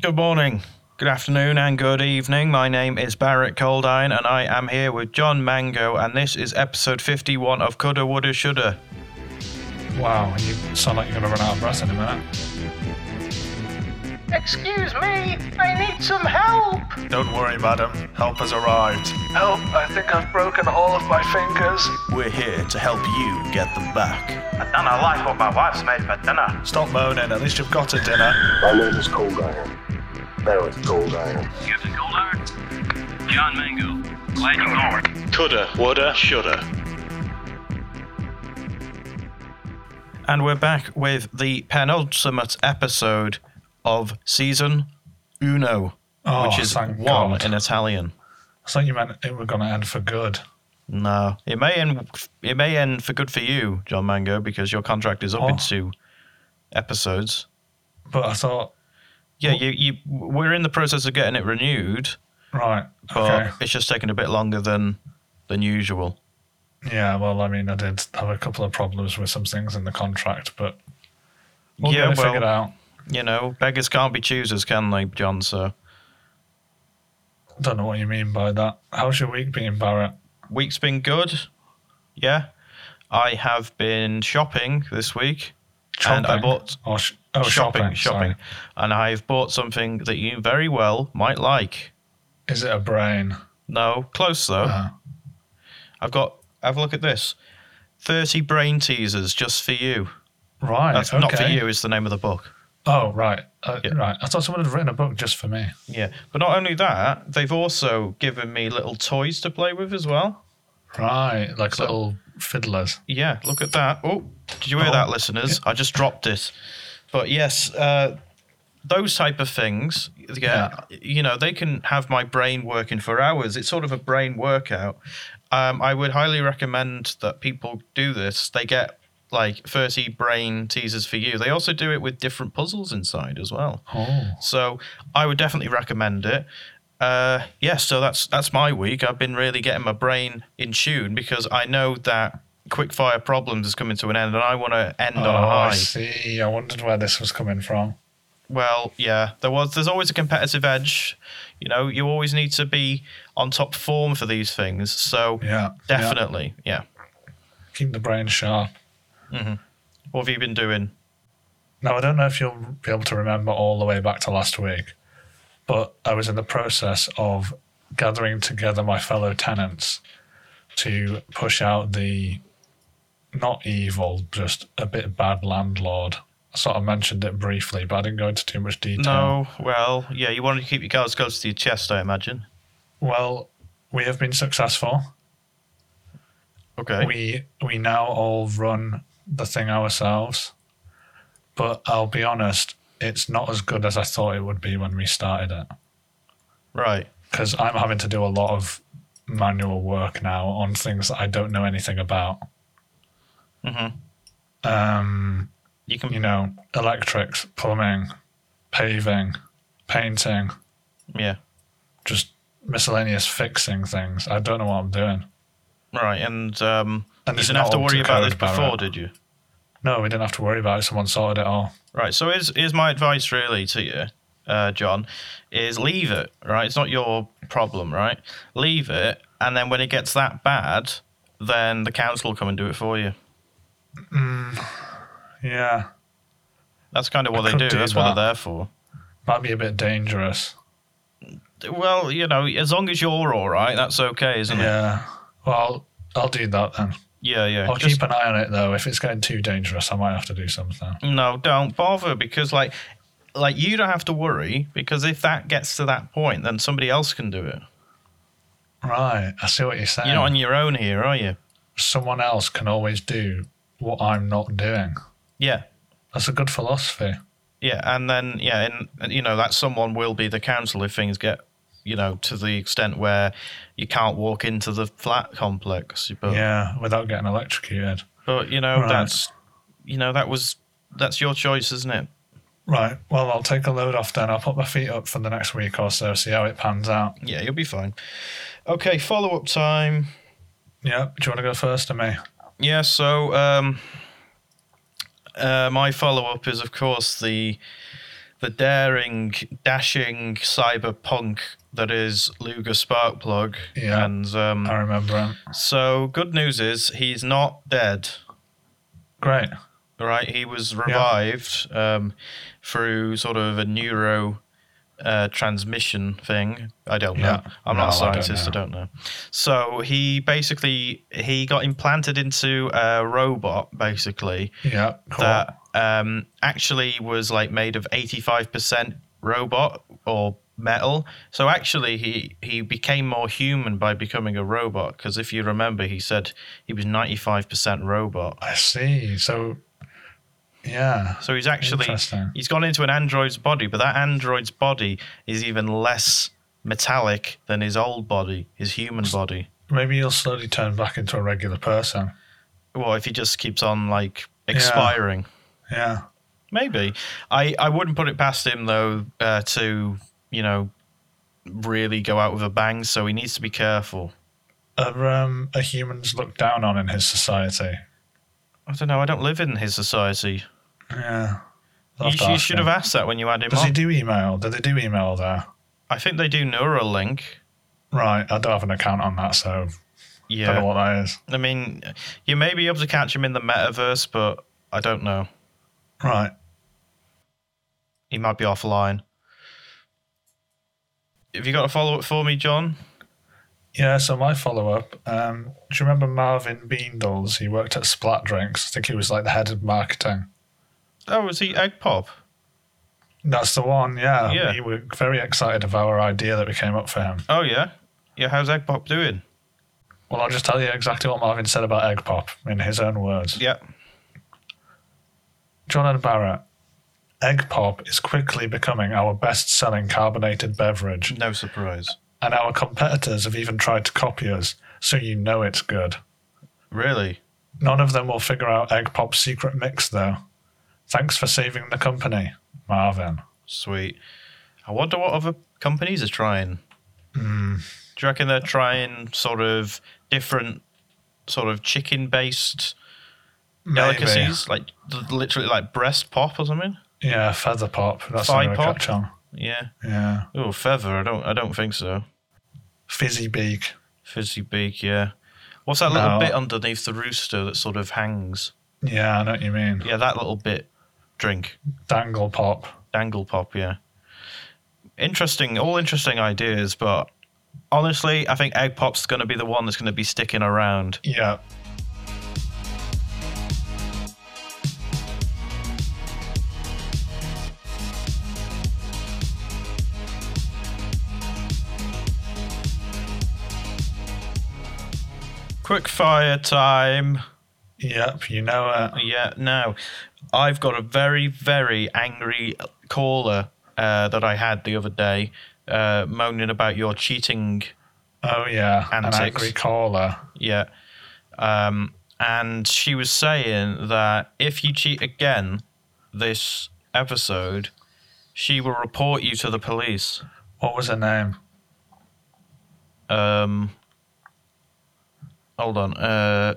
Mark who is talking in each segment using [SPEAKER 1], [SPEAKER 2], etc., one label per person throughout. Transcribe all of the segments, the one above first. [SPEAKER 1] Good morning, good afternoon, and good evening. My name is Barrett Coldine, and I am here with John Mango, and this is episode 51 of Coulda, Woulda, Shoulda.
[SPEAKER 2] Wow, you sound like you're gonna run out of breath in a minute.
[SPEAKER 3] Excuse me, I need some help!
[SPEAKER 4] Don't worry, madam. Help has arrived.
[SPEAKER 3] Help, I think I've broken all of my fingers.
[SPEAKER 4] We're here to help you get them back.
[SPEAKER 5] I don't like what my wife's made for dinner.
[SPEAKER 4] Stop moaning. At least you've got a dinner.
[SPEAKER 6] My name is Cold Iron. Barrett Cold Iron.
[SPEAKER 7] Captain Goldheart, John Mango, glad you called.
[SPEAKER 8] Coulda, woulda, shoulda.
[SPEAKER 1] And we're back with the penultimate episode of season uno,
[SPEAKER 2] Oh,
[SPEAKER 1] which is
[SPEAKER 2] thank
[SPEAKER 1] one
[SPEAKER 2] God.
[SPEAKER 1] in Italian.
[SPEAKER 2] I thought you meant it were gonna end for good.
[SPEAKER 1] No, it may end. It may end for good for you, John Mango, because your contract is up in
[SPEAKER 2] Oh.
[SPEAKER 1] two episodes.
[SPEAKER 2] But I thought,
[SPEAKER 1] Yeah, you, you. We're in the process of getting it renewed,
[SPEAKER 2] right,
[SPEAKER 1] but
[SPEAKER 2] okay.
[SPEAKER 1] it's just taking a bit longer than than usual.
[SPEAKER 2] Yeah, well, I mean, I did have a couple of problems with some things in the contract, but we'll
[SPEAKER 1] Yeah,
[SPEAKER 2] get it
[SPEAKER 1] well-
[SPEAKER 2] figured out.
[SPEAKER 1] You know, beggars can't be choosers, can they, John? So
[SPEAKER 2] Don't know what you mean by that. How's your week been, Barrett?
[SPEAKER 1] week's been good. Yeah, I have been shopping this week, and I
[SPEAKER 2] Chopping?
[SPEAKER 1] bought
[SPEAKER 2] Or sh- oh,
[SPEAKER 1] shopping,
[SPEAKER 2] shopping,
[SPEAKER 1] shopping,
[SPEAKER 2] sorry.
[SPEAKER 1] and I've bought something that you very well might like.
[SPEAKER 2] Is it a brain?
[SPEAKER 1] No, close though.
[SPEAKER 2] Uh,
[SPEAKER 1] I've got. Have a look at this. Thirty brain teasers just for you.
[SPEAKER 2] right,
[SPEAKER 1] That's
[SPEAKER 2] okay.
[SPEAKER 1] not for you. Is the name of the book.
[SPEAKER 2] Oh, right, uh,
[SPEAKER 1] Yeah.
[SPEAKER 2] right. I thought someone had written a book just for me.
[SPEAKER 1] Yeah, but not only that, they've also given me little toys to play with as well.
[SPEAKER 2] Right, like little fiddlers.
[SPEAKER 1] Yeah, look at that. Oh, did you hear
[SPEAKER 2] Oh,
[SPEAKER 1] that, listeners? I just dropped it. But yes, uh, those type of things. Yeah, you know, they can have my brain working for hours. It's sort of a brain workout. Um, I would highly recommend that people do this. They get like 30 brain teasers for you. They also do it with different puzzles inside as well.
[SPEAKER 2] Oh,
[SPEAKER 1] So I would definitely recommend it. Uh, yeah, so that's that's my week. I've been really getting my brain in tune because I know that quickfire problems is coming to an end, and I want to end
[SPEAKER 2] oh
[SPEAKER 1] on a
[SPEAKER 2] I
[SPEAKER 1] high.
[SPEAKER 2] see. I wondered where this was coming from.
[SPEAKER 1] Well, yeah, there was. There's always a competitive edge. You know, you always need to be on top form for these things. So
[SPEAKER 2] Yeah, yeah.
[SPEAKER 1] definitely, yeah.
[SPEAKER 2] keep the brain sharp.
[SPEAKER 1] What have you been doing?
[SPEAKER 2] Now, I don't know if you'll be able to remember all the way back to last week, but I was in the process of gathering together my fellow tenants to push out the not evil, just a bit bad landlord. I sort of mentioned it briefly, but I didn't go into too much detail.
[SPEAKER 1] No, Oh, well, yeah, you want to keep your cards close to your chest, I imagine.
[SPEAKER 2] Well, we have been successful.
[SPEAKER 1] Okay.
[SPEAKER 2] we we now all run the thing ourselves. But I'll be honest, it's not as good as I thought it would be when we started it.
[SPEAKER 1] right.
[SPEAKER 2] Because I'm having to do a lot of manual work now on things that I don't know anything about.
[SPEAKER 1] Mhm.
[SPEAKER 2] Um,
[SPEAKER 1] You can.
[SPEAKER 2] you know, electrics, plumbing, paving, painting,
[SPEAKER 1] Yeah.
[SPEAKER 2] just miscellaneous fixing things. I don't know what I'm doing.
[SPEAKER 1] Right, and um,
[SPEAKER 2] And
[SPEAKER 1] you
[SPEAKER 2] it's
[SPEAKER 1] didn't have
[SPEAKER 2] not
[SPEAKER 1] to
[SPEAKER 2] up
[SPEAKER 1] worry
[SPEAKER 2] to
[SPEAKER 1] about this
[SPEAKER 2] code, Barrett.
[SPEAKER 1] before, did you?
[SPEAKER 2] No, we didn't have to worry about it. Someone sorted it all.
[SPEAKER 1] Right. So here's, here's my advice really to you, uh, John, is leave it. Right. It's not your problem. Right. Leave it, and then when it gets that bad, then the council will come and do it for you.
[SPEAKER 2] Yeah.
[SPEAKER 1] That's kind of what they
[SPEAKER 2] could
[SPEAKER 1] do.
[SPEAKER 2] do
[SPEAKER 1] That's what
[SPEAKER 2] that.
[SPEAKER 1] they're there for.
[SPEAKER 2] Might be a bit dangerous.
[SPEAKER 1] Well, you know, as long as you're all right, that's okay, isn't it?
[SPEAKER 2] Yeah. Well, I'll, I'll do that then.
[SPEAKER 1] Yeah, yeah.
[SPEAKER 2] I'll
[SPEAKER 1] Just-
[SPEAKER 2] keep an eye on it though. If it's getting too dangerous, I might have to do something.
[SPEAKER 1] No, don't bother because like, like you don't have to worry because if that gets to that point, then somebody else can do it.
[SPEAKER 2] Right. I see what you're saying.
[SPEAKER 1] You're not on your own here, are you?
[SPEAKER 2] Someone else can always do what I'm not doing.
[SPEAKER 1] Yeah.
[SPEAKER 2] That's a good philosophy.
[SPEAKER 1] Yeah, and then yeah, and- and you know that someone will be the council if things get you know to the extent where you can't walk into the flat complex. But
[SPEAKER 2] Yeah, without getting electrocuted.
[SPEAKER 1] but you know
[SPEAKER 2] Right.
[SPEAKER 1] that's you know that was that's your choice, isn't it?
[SPEAKER 2] Right. Well, I'll take a load off then. I'll put my feet up for the next week or so, see how it pans out.
[SPEAKER 1] Yeah, you'll be fine. Okay, follow up time.
[SPEAKER 2] Yeah. Do you want to go first or me?
[SPEAKER 1] Yeah, so um, uh, my follow up is of course the the daring, dashing cyberpunk that is Luger Sparkplug.
[SPEAKER 2] Yeah.
[SPEAKER 1] And um,
[SPEAKER 2] I remember him.
[SPEAKER 1] so, good news is he's not dead.
[SPEAKER 2] Great.
[SPEAKER 1] right? He was revived um, through sort of a neuro uh, transmission thing. I don't know.
[SPEAKER 2] Yeah.
[SPEAKER 1] I'm not a
[SPEAKER 2] No, I don't
[SPEAKER 1] scientist. I
[SPEAKER 2] know.
[SPEAKER 1] don't, know. So he basically he got implanted into a robot, basically
[SPEAKER 2] Yeah. Cool.
[SPEAKER 1] that um, actually was like made of 85% robot or metal. So actually, he he became more human by becoming a robot. Because if you remember, he said he was 95% robot.
[SPEAKER 2] I see. So, yeah.
[SPEAKER 1] So he's actually
[SPEAKER 2] Interesting.
[SPEAKER 1] he's gone into an android's body, but that android's body is even less metallic than his old body, his human body.
[SPEAKER 2] Maybe he'll slowly turn back into a regular person.
[SPEAKER 1] Well, if he just keeps on like expiring,
[SPEAKER 2] Yeah.
[SPEAKER 1] maybe. I I wouldn't put it past him though uh, to you know really go out with a bang. So he needs to be careful.
[SPEAKER 2] Are, um, are humans looked down on in his society?
[SPEAKER 1] I don't know. I don't live in his society.
[SPEAKER 2] Yeah. I'll
[SPEAKER 1] You,
[SPEAKER 2] to
[SPEAKER 1] you
[SPEAKER 2] ask
[SPEAKER 1] should
[SPEAKER 2] him.
[SPEAKER 1] have asked that when you had him
[SPEAKER 2] Does he
[SPEAKER 1] on.
[SPEAKER 2] do email? Do they do email there?
[SPEAKER 1] I think they do Neuralink.
[SPEAKER 2] Right. I don't have an account on that, so I don't know
[SPEAKER 1] Yeah.
[SPEAKER 2] what that is.
[SPEAKER 1] I mean, you may be able to catch him in the metaverse, but I don't know.
[SPEAKER 2] Right.
[SPEAKER 1] he might be offline. Have you got a follow up for me, John?
[SPEAKER 2] Yeah, so my follow up. Um, do you remember Marvin Beandles? He worked at Splat Drinks. I think he was like the head of marketing.
[SPEAKER 1] Oh, is he Egg Pop?
[SPEAKER 2] That's the one, yeah.
[SPEAKER 1] Yeah.
[SPEAKER 2] We were very excited of our idea that we came up for him.
[SPEAKER 1] Oh, yeah. Yeah, how's Egg Pop doing?
[SPEAKER 2] Well, I'll just tell you exactly what Marvin said about Egg Pop in his own words.
[SPEAKER 1] Yeah.
[SPEAKER 2] John and Barrett, Egg Pop is quickly becoming our best selling carbonated beverage,
[SPEAKER 1] No surprise.
[SPEAKER 2] and our competitors have even tried to copy us, so you know it's good.
[SPEAKER 1] Really?
[SPEAKER 2] None of them will figure out Egg Pop's secret mix, though. Thanks for saving the company, Marvin.
[SPEAKER 1] Sweet. I wonder what other companies are trying. Do you reckon they're trying sort of different, sort of chicken based delicacies? Like l- literally like breast pop or something?
[SPEAKER 2] Yeah, feather pop. That's
[SPEAKER 1] Thigh
[SPEAKER 2] the name
[SPEAKER 1] pop?
[SPEAKER 2] catch on.
[SPEAKER 1] Yeah.
[SPEAKER 2] Yeah.
[SPEAKER 1] Oh, feather. I don't I don't think so.
[SPEAKER 2] Fizzy beak.
[SPEAKER 1] Fizzy beak, yeah. What's that little
[SPEAKER 2] No.
[SPEAKER 1] bit underneath the rooster that sort of hangs?
[SPEAKER 2] Yeah, I know what you mean.
[SPEAKER 1] Yeah, that little bit. Drink.
[SPEAKER 2] Dangle pop.
[SPEAKER 1] Dangle pop, yeah. Interesting, all interesting ideas, but honestly, I think Egg Pop's going to be the one that's going to be sticking around.
[SPEAKER 2] Yeah.
[SPEAKER 1] Quick fire time.
[SPEAKER 2] Yep, you know it.
[SPEAKER 1] Yeah, now I've got a very, very angry caller uh, that I had the other day uh, moaning about your cheating
[SPEAKER 2] Oh, yeah.
[SPEAKER 1] Antics.
[SPEAKER 2] An angry caller.
[SPEAKER 1] Yeah. Um, and she was saying that if you cheat again this episode, she will report you to the police.
[SPEAKER 2] What was her name?
[SPEAKER 1] Um, hold on. Uh,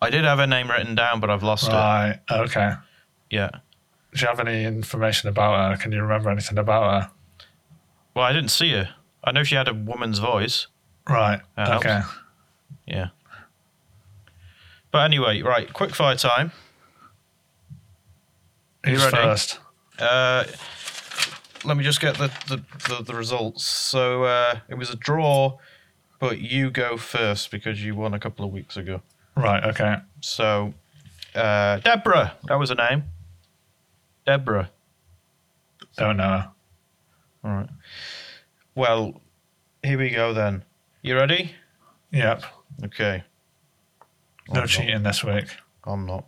[SPEAKER 1] I did have her name written down, but I've lost it.
[SPEAKER 2] Right. Okay.
[SPEAKER 1] Yeah.
[SPEAKER 2] Do you have any information about her? Can you remember anything about her?
[SPEAKER 1] Well, I didn't see her. I know she had a woman's voice.
[SPEAKER 2] Right.
[SPEAKER 1] That
[SPEAKER 2] okay.
[SPEAKER 1] helps. Yeah. But anyway, right, quick fire time. You
[SPEAKER 2] Who's
[SPEAKER 1] ready?
[SPEAKER 2] first?
[SPEAKER 1] Uh, let me just get the, the, the, the results. So uh, it was a draw, but you go first because you won a couple of weeks ago.
[SPEAKER 2] Right. Okay.
[SPEAKER 1] So, uh, Deborah, that was her name. Deborah.
[SPEAKER 2] Don't know her.
[SPEAKER 1] All right. Well, here we go then. You ready?
[SPEAKER 2] Yep.
[SPEAKER 1] Okay.
[SPEAKER 2] No cheating this week.
[SPEAKER 1] I'm not.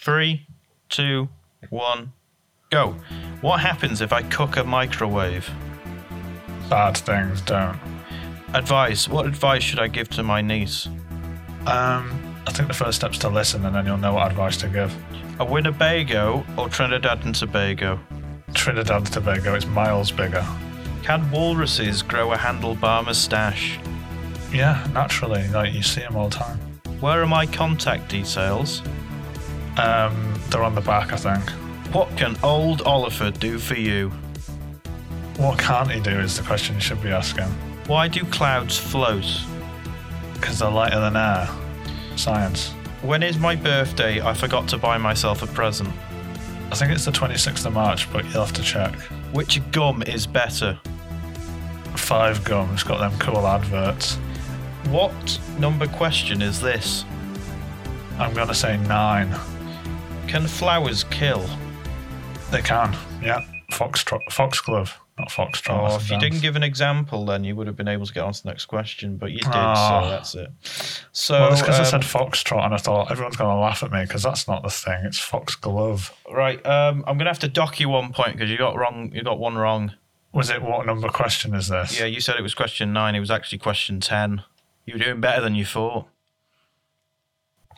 [SPEAKER 1] Three, two, one, go. What happens if I cook a microwave?
[SPEAKER 2] Bad things don't.
[SPEAKER 1] Advice. What advice should I give to my niece?
[SPEAKER 2] Um, I think the first step's to listen, and then you'll know what advice to give.
[SPEAKER 1] A Winnebago or Trinidad and Tobago?
[SPEAKER 2] Trinidad and Tobago is miles bigger.
[SPEAKER 1] Can walruses grow a handlebar moustache?
[SPEAKER 2] Yeah, naturally. Like you see them all the time.
[SPEAKER 1] Where are my contact details?
[SPEAKER 2] Um, they're on the back, I think.
[SPEAKER 1] What can old Oliver do for you?
[SPEAKER 2] What can't he do is the question you should be asking.
[SPEAKER 1] Why do clouds float?
[SPEAKER 2] Because they're lighter than air. Science.
[SPEAKER 1] When is my birthday? I forgot to buy myself a present.
[SPEAKER 2] I think it's the 26th of March, but you'll have to check.
[SPEAKER 1] Which gum is better?
[SPEAKER 2] Five Gum's got them cool adverts.
[SPEAKER 1] What number question is this?
[SPEAKER 2] I'm going to say nine.
[SPEAKER 1] Can flowers kill?
[SPEAKER 2] They can. Yeah. Foxtrot. Foxglove. Not Foxtrot.
[SPEAKER 1] Oh,
[SPEAKER 2] that's
[SPEAKER 1] if you
[SPEAKER 2] them.
[SPEAKER 1] didn't give an example, then you would have been able to get on to the next question, but you did,
[SPEAKER 2] Ah.
[SPEAKER 1] so that's it. So,
[SPEAKER 2] Well, it's because
[SPEAKER 1] um,
[SPEAKER 2] I said Foxtrot and I thought everyone's going to laugh at me because that's not the thing. It's Foxglove.
[SPEAKER 1] right, um, I'm gonna have to dock you one point because you got wrong. You got one wrong.
[SPEAKER 2] Was it what number question is this?
[SPEAKER 1] Yeah, you said it was question nine. It was actually question ten. You were doing better than you thought.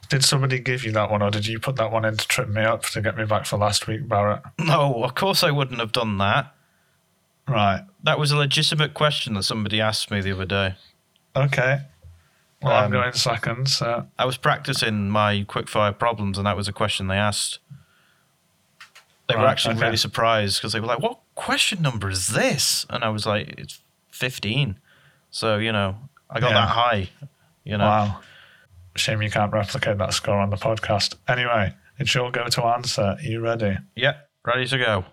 [SPEAKER 2] Did somebody give you that one or did you put that one in to trip me up to get me back for last week, Barrett?
[SPEAKER 1] No, of course I wouldn't have done that.
[SPEAKER 2] Right.
[SPEAKER 1] That was a legitimate question that somebody asked me the other day.
[SPEAKER 2] Okay. Well,
[SPEAKER 1] Um,
[SPEAKER 2] I'm going second, so
[SPEAKER 1] I was practicing my quickfire problems, and that was a question they asked. They were
[SPEAKER 2] Right,
[SPEAKER 1] actually
[SPEAKER 2] okay.
[SPEAKER 1] really surprised because they were like, "What question number is this?" And I was like, "It's 15." So you know, I got
[SPEAKER 2] Yeah.
[SPEAKER 1] that high. You know,
[SPEAKER 2] wow. Shame you can't replicate that score on the podcast. Anyway, it's your go to answer. Are you ready?
[SPEAKER 1] yeah, ready to go.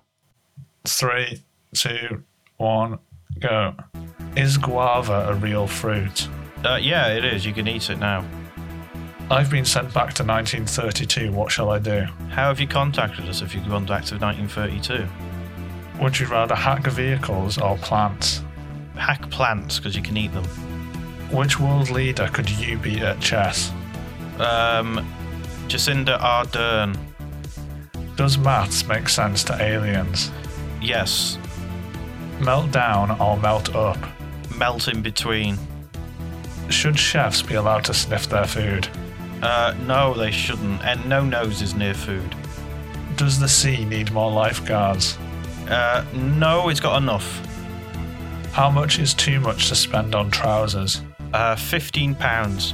[SPEAKER 2] Three, two, one, go. Is guava a real fruit?
[SPEAKER 1] Uh, yeah, it is. You can eat it now.
[SPEAKER 2] I've been sent back to 1932. What shall I do?
[SPEAKER 1] How have you contacted us if you've gone back to 1932?
[SPEAKER 2] Would you rather hack vehicles or plants?
[SPEAKER 1] Hack plants because you can eat them.
[SPEAKER 2] Which world leader could you beat at chess?
[SPEAKER 1] Um, Jacinda Ardern.
[SPEAKER 2] Does maths make sense to aliens?
[SPEAKER 1] Yes,
[SPEAKER 2] Melt down or melt up?
[SPEAKER 1] melt in between.
[SPEAKER 2] Should chefs be allowed to sniff their food?
[SPEAKER 1] Uh, no, they shouldn't. And no nose is near food.
[SPEAKER 2] Does the sea need more lifeguards?
[SPEAKER 1] Uh, no, it's got enough.
[SPEAKER 2] How much is too much to spend on trousers?
[SPEAKER 1] Uh, 15 pounds.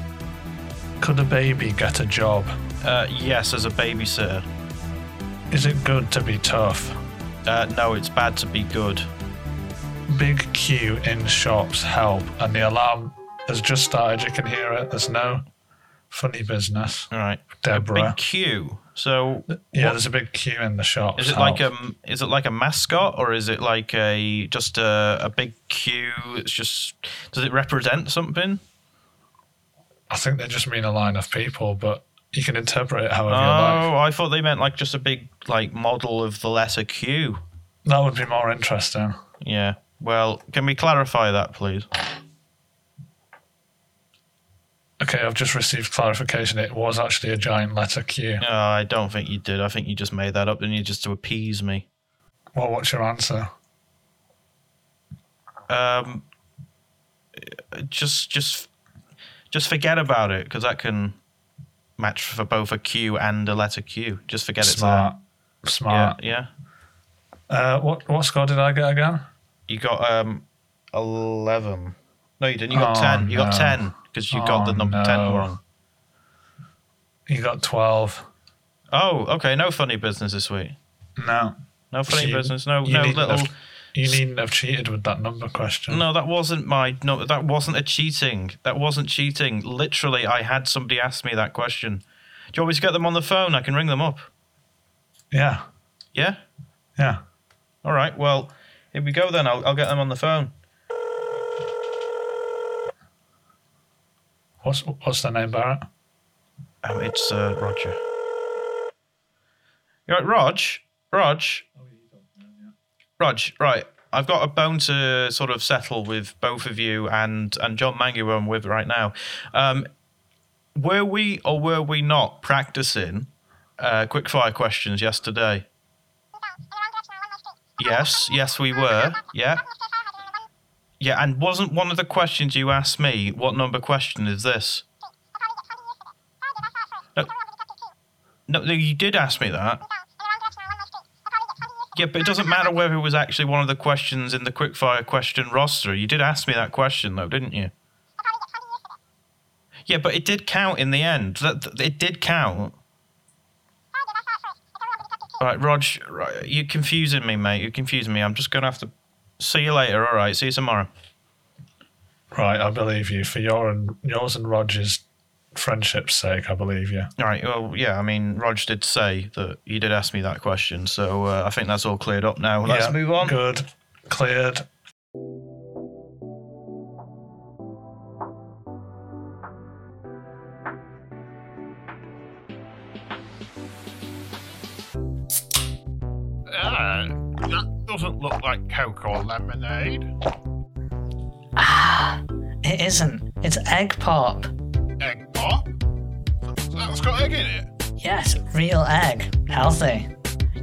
[SPEAKER 2] Could a baby get a job?
[SPEAKER 1] Uh, yes, as a babysitter.
[SPEAKER 2] Is it good to be tough?
[SPEAKER 1] Uh, no, it's bad to be good.
[SPEAKER 2] Big queue in shops help, and the alarm has just started. You can hear it. There's no funny business.
[SPEAKER 1] All right.
[SPEAKER 2] Deborah.
[SPEAKER 1] Big queue. So,
[SPEAKER 2] Yeah, there's a big queue in the shops.
[SPEAKER 1] is it like um,
[SPEAKER 2] help.
[SPEAKER 1] a is it like a mascot or is it like a just a, a big queue? It's just does it represent something?
[SPEAKER 2] I think they just mean a line of people, but you can interpret it however
[SPEAKER 1] Oh,
[SPEAKER 2] you like.
[SPEAKER 1] I thought they meant like just a big like model of the letter Q.
[SPEAKER 2] That would be more interesting.
[SPEAKER 1] Yeah. Well, can we clarify that, please?
[SPEAKER 2] Okay, I've just received clarification. It was actually a giant letter Q.
[SPEAKER 1] Uh, I don't think you did. I think you just made that up, didn't you, just to appease me?
[SPEAKER 2] Well, what's your answer?
[SPEAKER 1] Um, uh, just, just, just forget about it because that can match for both a Q and a letter Q. Just forget it's
[SPEAKER 2] Smart.
[SPEAKER 1] there. Yeah,
[SPEAKER 2] Smart.
[SPEAKER 1] yeah.
[SPEAKER 2] Uh, what what score did I get again?
[SPEAKER 1] You got um eleven. No, you didn't. You got
[SPEAKER 2] Oh,
[SPEAKER 1] ten. You got
[SPEAKER 2] no.
[SPEAKER 1] ten because you got the
[SPEAKER 2] Oh,
[SPEAKER 1] number ten
[SPEAKER 2] no.
[SPEAKER 1] wrong.
[SPEAKER 2] You got twelve.
[SPEAKER 1] Oh, okay. No funny business this week.
[SPEAKER 2] No.
[SPEAKER 1] No funny
[SPEAKER 2] You-
[SPEAKER 1] business. No,
[SPEAKER 2] you
[SPEAKER 1] no
[SPEAKER 2] needn't
[SPEAKER 1] little.
[SPEAKER 2] Have, you needn't have cheated with that number question.
[SPEAKER 1] No, that wasn't my. No, that wasn't a cheating. That wasn't cheating. Literally, I had somebody ask me that question. Do you always get them on the phone? I can ring them up.
[SPEAKER 2] Yeah.
[SPEAKER 1] Yeah.
[SPEAKER 2] Yeah.
[SPEAKER 1] All right. Well, here we go then. I'll, I'll get them on the phone.
[SPEAKER 2] What's what's their name, Barrett?
[SPEAKER 1] Um, it's uh, Roger. You're right, Rog. Rog. Rog. Right. I've got a bone to sort of settle with both of you and and John Mangu, who I'm with right now. Um, were we or were we not practicing uh, quickfire questions yesterday? Yes. Yes, we were. Yeah. Yeah. And wasn't one of the questions you asked me? What number question is this? No, no, you did ask me that. Yeah, but it doesn't matter whether it was actually one of the questions in the quickfire question roster. You did ask me that question, though, didn't you? Yeah, but it did count in the end. That that- it did count. Right, Rog, right, you're confusing me, mate. You're confusing me. I'm just going to have to see you later. All right, see you tomorrow.
[SPEAKER 2] Right, I believe you. For your and yours and Roger's friendship's sake, I believe you.
[SPEAKER 1] All right, well, yeah, I mean, Rog did say that you did ask me that question, so uh, I think that's all cleared up now. Let's
[SPEAKER 2] Yeah,
[SPEAKER 1] move on.
[SPEAKER 2] Good. Cleared.
[SPEAKER 9] Uh, that doesn't look like Coke or lemonade.
[SPEAKER 10] Ah, it isn't. It's egg pop.
[SPEAKER 9] Egg pop? That's got egg in it.
[SPEAKER 10] Yes, real egg. Healthy.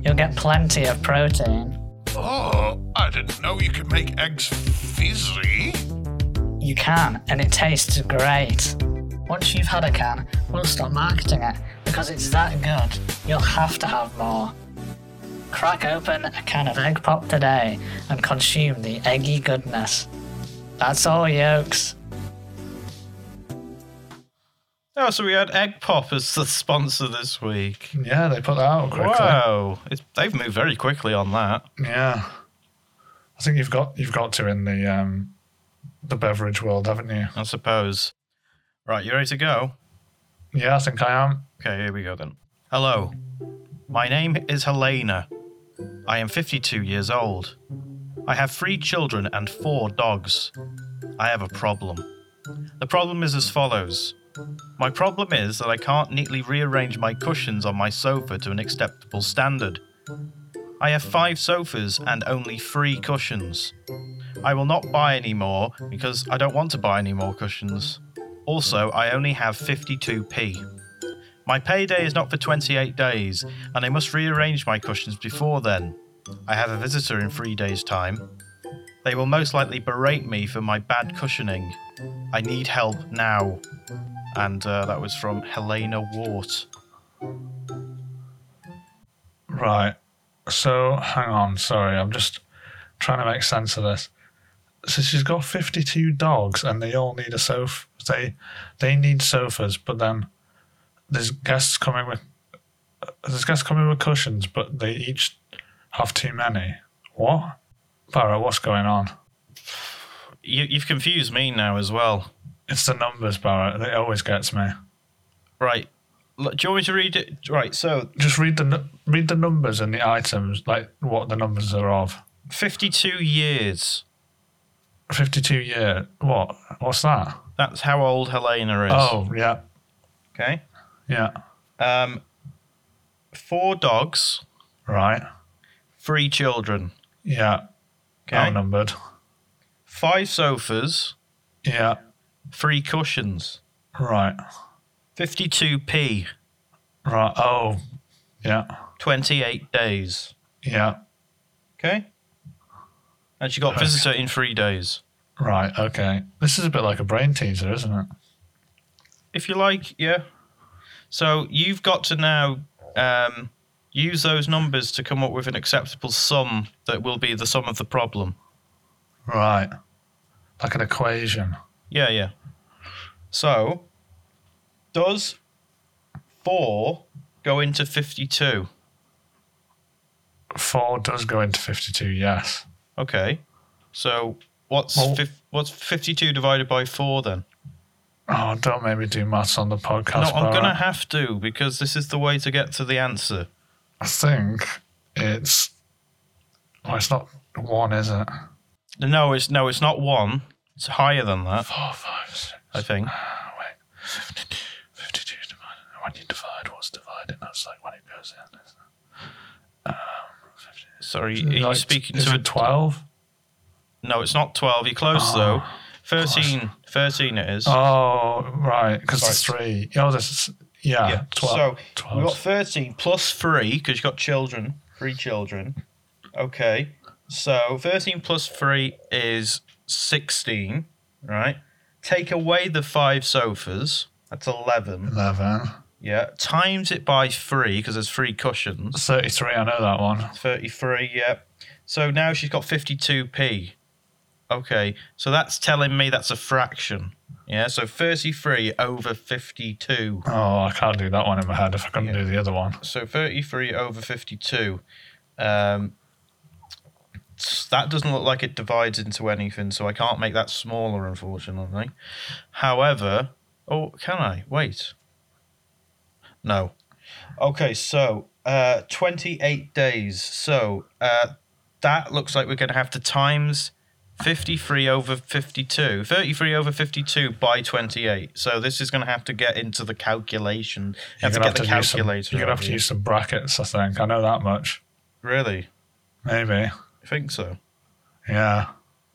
[SPEAKER 10] You'll get plenty of protein.
[SPEAKER 9] Oh, I didn't know you could make eggs fizzy.
[SPEAKER 10] You can, and it tastes great. Once you've had a can, we'll stop marketing it because it's that good. You'll have to have more. Crack open a can of egg pop today and consume the eggy goodness. That's all, yolks.
[SPEAKER 1] Oh, so we had Egg Pop as the sponsor this week.
[SPEAKER 2] Yeah, they put that out quickly.
[SPEAKER 1] Wow, it's, they've moved very quickly on that.
[SPEAKER 2] Yeah. I think you've got you've got to in the um the beverage world, haven't you?
[SPEAKER 1] I suppose. Right, you ready to go?
[SPEAKER 2] Yeah, I think I am.
[SPEAKER 1] Okay, here we go then. Hello. My name is Helena. I am 52 years old. I have three children and four dogs. I have a problem. The problem is as follows My problem is that I can't neatly rearrange my cushions on my sofa to an acceptable standard. I have five sofas and only three cushions. I will not buy any more because I don't want to buy any more cushions. Also, I only have 52p. My payday is not for 28 days, and I must rearrange my cushions before then. I have a visitor in three days' time. They will most likely berate me for my bad cushioning. I need help now. And uh, that was from Helena Wart.
[SPEAKER 2] Right. So hang on, sorry, I'm just trying to make sense of this. So she's got fifty two dogs and they all need a sofa they they need sofas, but then there's guests coming with there's guests coming with cushions, but they each have too many. What? Barra, what's going on?
[SPEAKER 1] You, you've confused me now as well.
[SPEAKER 2] It's the numbers, Barra. It always gets me.
[SPEAKER 1] Right. L- Do you want me to read it? Right, so
[SPEAKER 2] just read the nu- read the numbers and the items, like what the numbers are of.
[SPEAKER 1] 52 years.
[SPEAKER 2] Fifty-two year. What? What's that?
[SPEAKER 1] That's how old Helena is.
[SPEAKER 2] Oh, yeah,
[SPEAKER 1] Okay.
[SPEAKER 2] yeah.
[SPEAKER 1] Um, four dogs,
[SPEAKER 2] Right.
[SPEAKER 1] three children.
[SPEAKER 2] Yeah.
[SPEAKER 1] Okay.
[SPEAKER 2] Outnumbered.
[SPEAKER 1] Five sofas,
[SPEAKER 2] Yeah.
[SPEAKER 1] three cushions,
[SPEAKER 2] Right.
[SPEAKER 1] 52p,
[SPEAKER 2] Right. Oh. Yeah.
[SPEAKER 1] 28 days.
[SPEAKER 2] Yeah.
[SPEAKER 1] Okay? And she got
[SPEAKER 2] Okay.
[SPEAKER 1] visitor in three days.
[SPEAKER 2] Right. Okay. This is a bit like a brain teaser, isn't it?
[SPEAKER 1] If you like, yeah. So you've got to now um, use those numbers to come up with an acceptable sum that will be the sum of the problem.
[SPEAKER 2] Right. Like an equation.
[SPEAKER 1] Yeah, yeah. So, does 4 go into 52?
[SPEAKER 2] Four does go into fifty-two. Yes.
[SPEAKER 1] Okay. So what's
[SPEAKER 2] Well-
[SPEAKER 1] fif- what's fifty two divided by four then?
[SPEAKER 2] Oh, don't make me do maths on the podcast.
[SPEAKER 1] no, I'm
[SPEAKER 2] Barra.
[SPEAKER 1] gonna have to because this is the way to get to the answer.
[SPEAKER 2] I think it's. Oh, it's not one, is it?
[SPEAKER 1] No, it's no, it's not one. It's higher than that,
[SPEAKER 2] Four, five, six.
[SPEAKER 1] I think.
[SPEAKER 2] Wait. 52 is divided. When you divide what's divided, that's like when it goes in, isn't it?
[SPEAKER 1] Sorry, are you
[SPEAKER 2] Like,
[SPEAKER 1] speaking
[SPEAKER 2] is
[SPEAKER 1] to a
[SPEAKER 2] it Ah, 12?
[SPEAKER 1] No, it's not twelve. You're close though. 13, 13 it is.
[SPEAKER 2] Oh, right. Because it's three. Oh, this is. Yeah,
[SPEAKER 1] yeah.
[SPEAKER 2] 12.
[SPEAKER 1] so we've got
[SPEAKER 2] 12.
[SPEAKER 1] thirteen plus three because you've got children, three children. Okay, so thirteen plus three is sixteen, right? Take away the five sofas. That's eleven.
[SPEAKER 2] 11.
[SPEAKER 1] Yeah, times it by three because there's three cushions.
[SPEAKER 2] 33, I know that one.
[SPEAKER 1] Thirty-three. Yeah. So now she's got fifty-two p. Okay, so that's telling me that's a fraction. Yeah, so 33 over 52.
[SPEAKER 2] Oh, I can't do that one in my head if I couldn't
[SPEAKER 1] Yeah.
[SPEAKER 2] do the other one.
[SPEAKER 1] So 33 over 52. Um, s- that doesn't look like it divides into anything, so I can't make that smaller, unfortunately. However, oh, can I? Wait. No. Okay, so uh, 28 days. So uh, that looks like we're going to have to times 53 over 52, 33 over 52 by 28. So this is going to have to get into the calculation.
[SPEAKER 2] You're
[SPEAKER 1] have to
[SPEAKER 2] gonna
[SPEAKER 1] get
[SPEAKER 2] have
[SPEAKER 1] the
[SPEAKER 2] to use some.
[SPEAKER 1] calculator.
[SPEAKER 2] You're gonna have
[SPEAKER 1] out
[SPEAKER 2] to
[SPEAKER 1] here.
[SPEAKER 2] use some brackets. I think I know that much.
[SPEAKER 1] Really?
[SPEAKER 2] Maybe.
[SPEAKER 1] I think so.
[SPEAKER 2] Yeah.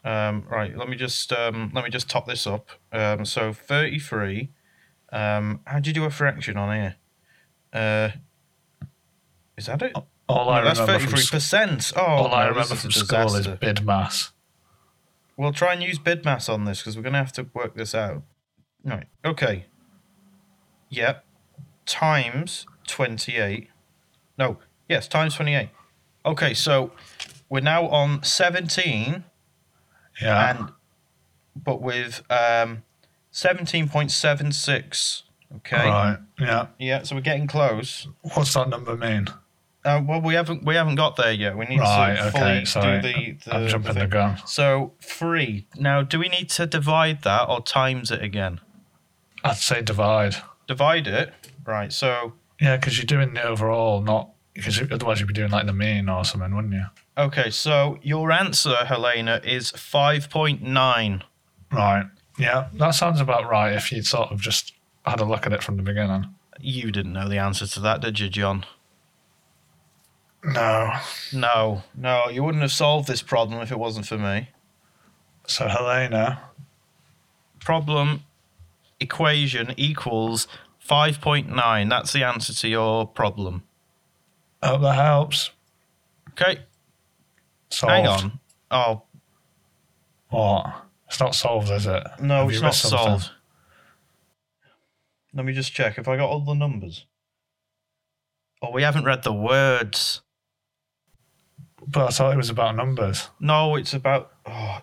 [SPEAKER 1] Um, right, let me just um, let me just top this up. Um, so thirty-three. Um, how do you do a fraction on here? Uh, is that it?
[SPEAKER 2] All I
[SPEAKER 1] No, that's
[SPEAKER 2] remember from
[SPEAKER 1] thirty-three
[SPEAKER 2] sc-
[SPEAKER 1] percent. Oh,
[SPEAKER 2] all I
[SPEAKER 1] no, this
[SPEAKER 2] remember
[SPEAKER 1] is
[SPEAKER 2] from
[SPEAKER 1] a
[SPEAKER 2] school is
[SPEAKER 1] disaster.
[SPEAKER 2] bid mass.
[SPEAKER 1] We'll try and use bid mass on this because we're going to have to work this out. Right. Okay. Yep. Times 28. No. Yes, times 28. Okay, so we're now on 17
[SPEAKER 2] Yeah.
[SPEAKER 1] and but with um 17.76. Okay.
[SPEAKER 2] Right. Yeah.
[SPEAKER 1] Yeah, so we're getting close.
[SPEAKER 2] What's that number mean?
[SPEAKER 1] Uh, well, we haven't we haven't got there yet. We need
[SPEAKER 2] Right,
[SPEAKER 1] to
[SPEAKER 2] okay,
[SPEAKER 1] fully
[SPEAKER 2] sorry.
[SPEAKER 1] do the. the
[SPEAKER 2] I'm jumping the
[SPEAKER 1] thing.
[SPEAKER 2] gun.
[SPEAKER 1] So three. Now, do we need to divide that or times it again?
[SPEAKER 2] I'd say divide.
[SPEAKER 1] Divide it. Right. So
[SPEAKER 2] Yeah, because you're doing the overall, not because otherwise you'd be doing like the mean or something, wouldn't you?
[SPEAKER 1] okay. So your answer, Helena, is five point nine.
[SPEAKER 2] Right. Yeah, that sounds about right. If you sort of just had a look at it from the beginning.
[SPEAKER 1] You didn't know the answer to that, did you, John?
[SPEAKER 2] No.
[SPEAKER 1] No, no. You wouldn't have solved this problem if it wasn't for me.
[SPEAKER 2] So Helena,
[SPEAKER 1] Problem equation equals five point nine. That's the answer to your problem.
[SPEAKER 2] I hope that helps.
[SPEAKER 1] Okay.
[SPEAKER 2] Solved.
[SPEAKER 1] Hang on. Oh
[SPEAKER 2] What? It's not solved, is it?
[SPEAKER 1] No,
[SPEAKER 2] Have
[SPEAKER 1] it's
[SPEAKER 2] you
[SPEAKER 1] not
[SPEAKER 2] missed something?
[SPEAKER 1] solved. Let me just check. Have I got all the numbers? Oh, we haven't read the words.
[SPEAKER 2] But I thought it was about numbers.
[SPEAKER 1] No, it's about. Oh.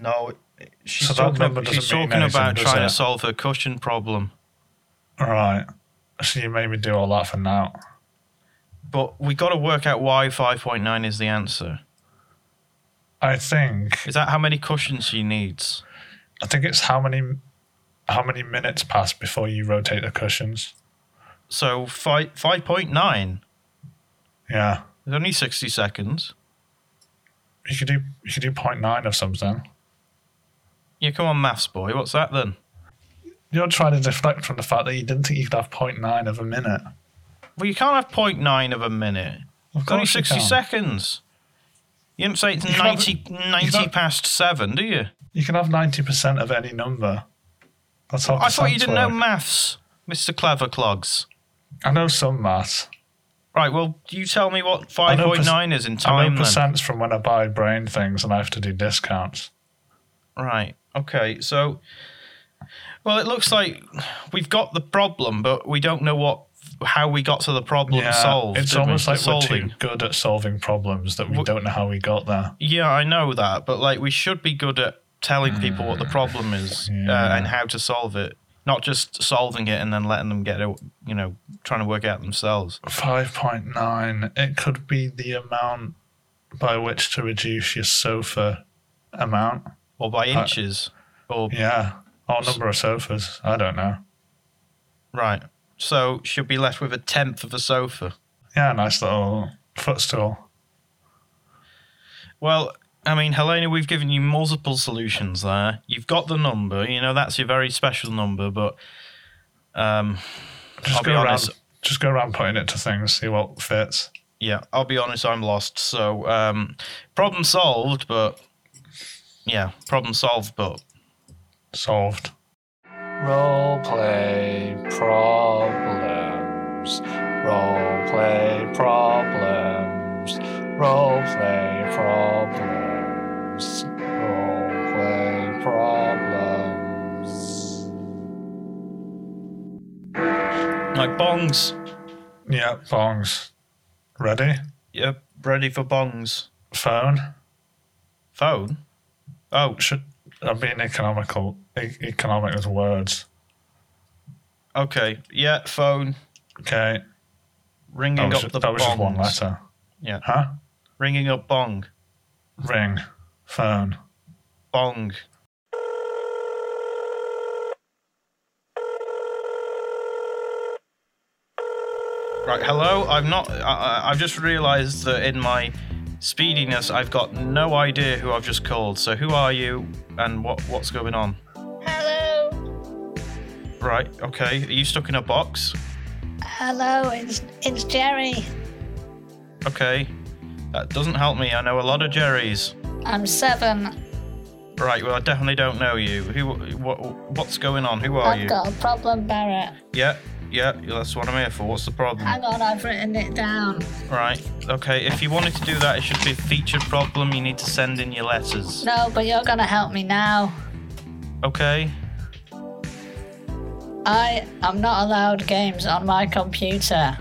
[SPEAKER 1] No, it- she's
[SPEAKER 2] So that
[SPEAKER 1] talking,
[SPEAKER 2] number
[SPEAKER 1] ab-
[SPEAKER 2] doesn't
[SPEAKER 1] she's
[SPEAKER 2] mean
[SPEAKER 1] talking
[SPEAKER 2] anything,
[SPEAKER 1] about
[SPEAKER 2] does
[SPEAKER 1] trying
[SPEAKER 2] it?
[SPEAKER 1] to solve her cushion problem.
[SPEAKER 2] Right. So you made me do all that for now.
[SPEAKER 1] But we got to work out why 5.9 is the answer.
[SPEAKER 2] I think
[SPEAKER 1] Is that how many cushions she needs?
[SPEAKER 2] I think it's how many how many minutes pass before you rotate the cushions.
[SPEAKER 1] So five, 5.9,
[SPEAKER 2] Yeah.
[SPEAKER 1] there's only 60 seconds.
[SPEAKER 2] You could do you could do point nine of something.
[SPEAKER 1] Yeah, come on, maths boy. What's that then?
[SPEAKER 2] You're trying to deflect from the fact that you didn't think you could have point nine of a minute.
[SPEAKER 1] Well, you can't have 0.9 of a minute.
[SPEAKER 2] Of
[SPEAKER 1] It's only
[SPEAKER 2] course you
[SPEAKER 1] 60
[SPEAKER 2] can.
[SPEAKER 1] seconds. You didn't say it's
[SPEAKER 2] can't-
[SPEAKER 1] 90, 90
[SPEAKER 2] can't-
[SPEAKER 1] past 7, do you?
[SPEAKER 2] You can have ninety percent of any number. That's how
[SPEAKER 1] I thought you
[SPEAKER 2] percents
[SPEAKER 1] didn't know
[SPEAKER 2] work.
[SPEAKER 1] maths, Mr. Clever Clogs.
[SPEAKER 2] I know some maths.
[SPEAKER 1] Right, well, you tell me what
[SPEAKER 2] know perc-
[SPEAKER 1] 5.9 is in
[SPEAKER 2] I
[SPEAKER 1] time
[SPEAKER 2] know
[SPEAKER 1] then.
[SPEAKER 2] percents from when I buy brain things and I have to do discounts.
[SPEAKER 1] Right, okay, so. Well, it looks like we've got the problem, but we don't know what how we got to the problem solved.
[SPEAKER 2] it's
[SPEAKER 1] did we?
[SPEAKER 2] almost
[SPEAKER 1] The
[SPEAKER 2] like we're
[SPEAKER 1] solving.
[SPEAKER 2] too good at solving problems that we
[SPEAKER 1] W-
[SPEAKER 2] don't know how we got there.
[SPEAKER 1] Yeah, I know that, but like we should be good at telling people what the problem is uh,
[SPEAKER 2] Mm. Yeah.
[SPEAKER 1] and how to solve it, not just solving it and then letting them get it. You know, trying to work it out themselves.
[SPEAKER 2] Five point nine. It could be the amount by which to reduce your sofa amount.
[SPEAKER 1] Or by inches, or
[SPEAKER 2] Uh, Yeah. Or number of sofas. I don't know.
[SPEAKER 1] right. So should be left with a tenth of a sofa.
[SPEAKER 2] Yeah, nice little footstool.
[SPEAKER 1] Well, I mean, Helena, we've given you multiple solutions there. You've got the number. You know, that's your very special number, but um,
[SPEAKER 2] Just
[SPEAKER 1] I'll
[SPEAKER 2] go
[SPEAKER 1] be
[SPEAKER 2] around.
[SPEAKER 1] honest.
[SPEAKER 2] Just go around putting it to things, see what fits.
[SPEAKER 1] yeah, I'll be honest, I'm lost. So, um, problem solved, but yeah, problem solved, but
[SPEAKER 2] Solved.
[SPEAKER 11] Roleplay problems. Roleplay problems. Roleplay problems. Roleplay problems.
[SPEAKER 1] like bongs.
[SPEAKER 2] Yeah, bongs. Ready?
[SPEAKER 1] Yep, ready for bongs.
[SPEAKER 2] Phone?
[SPEAKER 1] Phone? Oh.
[SPEAKER 2] Should I'm being economical e- economic with words.
[SPEAKER 1] Okay. Yeah, phone.
[SPEAKER 2] Okay.
[SPEAKER 1] Ringing
[SPEAKER 2] That was,
[SPEAKER 1] up
[SPEAKER 2] just,
[SPEAKER 1] the
[SPEAKER 2] that was just one
[SPEAKER 1] bongs.
[SPEAKER 2] letter.
[SPEAKER 1] Yeah.
[SPEAKER 2] Huh?
[SPEAKER 1] Ringing up bong.
[SPEAKER 2] Ring. Phone.
[SPEAKER 1] Bong. Right, hello. I'm not. I, I- I've just realised that in my speediness, I've got no idea who I've just called. So, who are you, and what what's going on?
[SPEAKER 12] Hello.
[SPEAKER 1] Right. Okay. Are you stuck in a box?
[SPEAKER 12] Hello, it's, it's Jerry.
[SPEAKER 1] Okay. That doesn't help me. I know a lot of Jerry's.
[SPEAKER 12] I'm seven.
[SPEAKER 1] Right. Well, I definitely don't know you. Who? What? What's going on? Who are
[SPEAKER 12] I've
[SPEAKER 1] you?
[SPEAKER 12] got a problem, Barrett.
[SPEAKER 1] Yeah. Yeah. That's what I'm here for. What's the problem?
[SPEAKER 12] Hang on, I've written it down.
[SPEAKER 1] Right. Okay. If you wanted to do that, it should be a featured problem. You need to send in your letters.
[SPEAKER 12] No, but you're gonna help me now.
[SPEAKER 1] Okay.
[SPEAKER 12] I am not allowed games on my computer.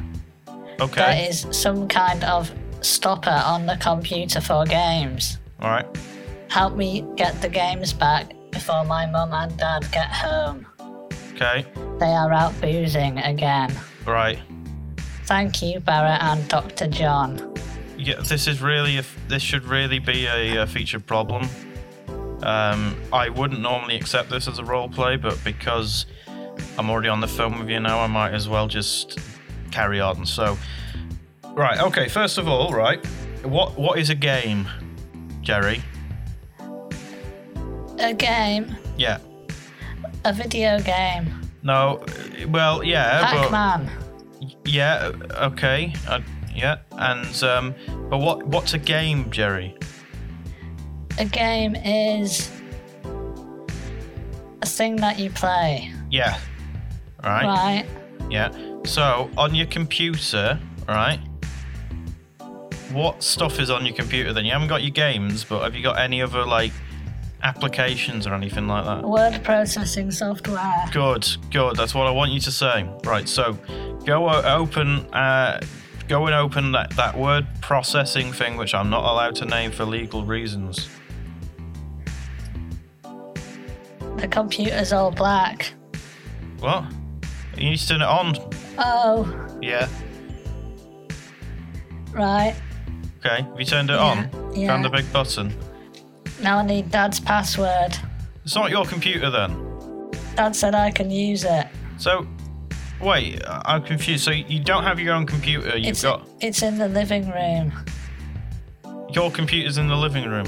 [SPEAKER 1] Okay.
[SPEAKER 12] There is some kind of stopper on the computer for games.
[SPEAKER 1] All right.
[SPEAKER 12] Help me get the games back before my mum and dad get home.
[SPEAKER 1] Okay.
[SPEAKER 12] They are out boozing again.
[SPEAKER 1] Right.
[SPEAKER 12] Thank you, Barrett and Dr. John.
[SPEAKER 1] Yeah. This is really. A, this should really be a, uh featured problem. Um, I wouldn't normally accept this as a role play, but because I'm already on the phone with you now, I might as well just carry on. So, right. Okay. First of all, right. What What is a game, Jerry?
[SPEAKER 12] A game,
[SPEAKER 1] Yeah.
[SPEAKER 12] a video game.
[SPEAKER 1] No. Well, yeah. but-
[SPEAKER 12] Pac-Man.
[SPEAKER 1] Yeah. Okay. Uh, yeah. And um, but what what's a game, Jerry?
[SPEAKER 12] A game is a thing that you play,
[SPEAKER 1] Yeah. Right.
[SPEAKER 12] right?
[SPEAKER 1] Yeah. So on your computer, right? What stuff is on your computer? Then you haven't got your games, but have you got any other like applications or anything like that?
[SPEAKER 12] Word processing software.
[SPEAKER 1] Good, good. That's what I want you to say. Right. So, go o- open. Uh, go and open that, that word processing thing, which I'm not allowed to name for legal reasons.
[SPEAKER 12] The computer's all black.
[SPEAKER 1] What? You need to turn it on.
[SPEAKER 12] Oh,
[SPEAKER 1] Yeah.
[SPEAKER 12] right.
[SPEAKER 1] Okay. Have you turned it on?
[SPEAKER 12] yeah.
[SPEAKER 1] Found the big button.
[SPEAKER 12] Now I need Dad's password.
[SPEAKER 1] It's not your computer then.
[SPEAKER 12] Dad said I can use it.
[SPEAKER 1] So, wait. I- I'm confused. So you don't have your own computer. You've
[SPEAKER 12] it's
[SPEAKER 1] got
[SPEAKER 12] it's in the living room.
[SPEAKER 1] your computer's in the living room.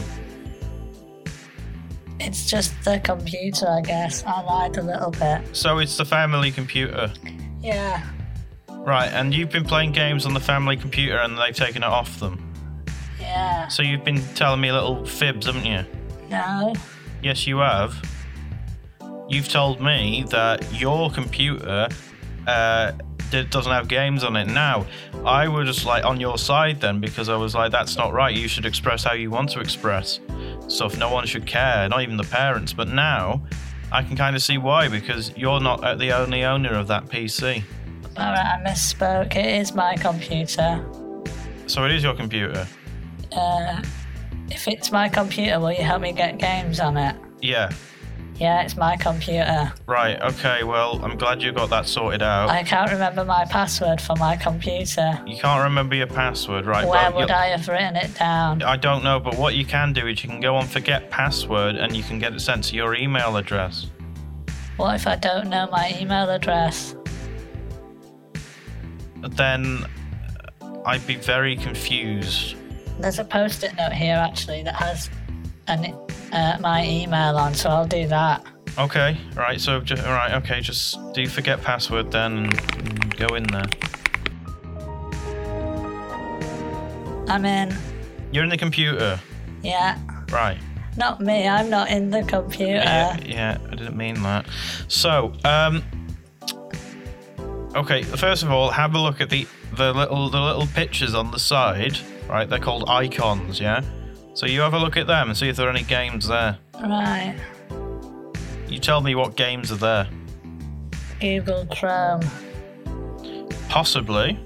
[SPEAKER 12] It's just the computer, I guess. I lied a little bit.
[SPEAKER 1] So it's the family computer.
[SPEAKER 12] Yeah.
[SPEAKER 1] Right. And you've been playing games on the family computer, and they've taken it off them.
[SPEAKER 12] Yeah.
[SPEAKER 1] So you've been telling me little fibs, haven't you?
[SPEAKER 12] No.
[SPEAKER 1] Yes, you have. You've told me that your computer uh, d- doesn't have games on it now. I was just like on your side then because I was like, that's not right. You should express how you want to express stuff. No one should care, not even the parents. But now I can kind of see why because you're not uh, the only owner of that PC.
[SPEAKER 12] Alright, I misspoke. It is my computer.
[SPEAKER 1] So it is your computer.
[SPEAKER 12] Uh, if it's my computer, will you help me get games on it?
[SPEAKER 1] Yeah.
[SPEAKER 12] Yeah, it's my computer.
[SPEAKER 1] Right. Okay. Well, I'm glad you got that sorted out.
[SPEAKER 12] I can't remember my password for my computer.
[SPEAKER 1] You can't remember your password, right?
[SPEAKER 12] Where
[SPEAKER 1] well,
[SPEAKER 12] would
[SPEAKER 1] you'll-
[SPEAKER 12] I have written it down?
[SPEAKER 1] I don't know, but what you can do is you can go on forget password and you can get it sent to your email address.
[SPEAKER 12] What if I don't know my email address?
[SPEAKER 1] Then uh, I'd be very confused.
[SPEAKER 12] There's a post-it note here actually that has an, uh, my email on, so I'll do that.
[SPEAKER 1] Okay, right, so just, right, okay, just do forget password then and go in there.
[SPEAKER 12] I'm in.
[SPEAKER 1] You're in the computer,
[SPEAKER 12] Yeah.
[SPEAKER 1] right?
[SPEAKER 12] Not me. I'm not in the computer.
[SPEAKER 1] Yeah, yeah, I didn't mean that. So, um, okay. First of all, have a look at the the little the little pictures on the side. Right, they're called icons. Yeah. So you have a look at them and see if there are any games there.
[SPEAKER 12] Right.
[SPEAKER 1] You tell me what games are there.
[SPEAKER 12] Google Chrome.
[SPEAKER 1] Possibly.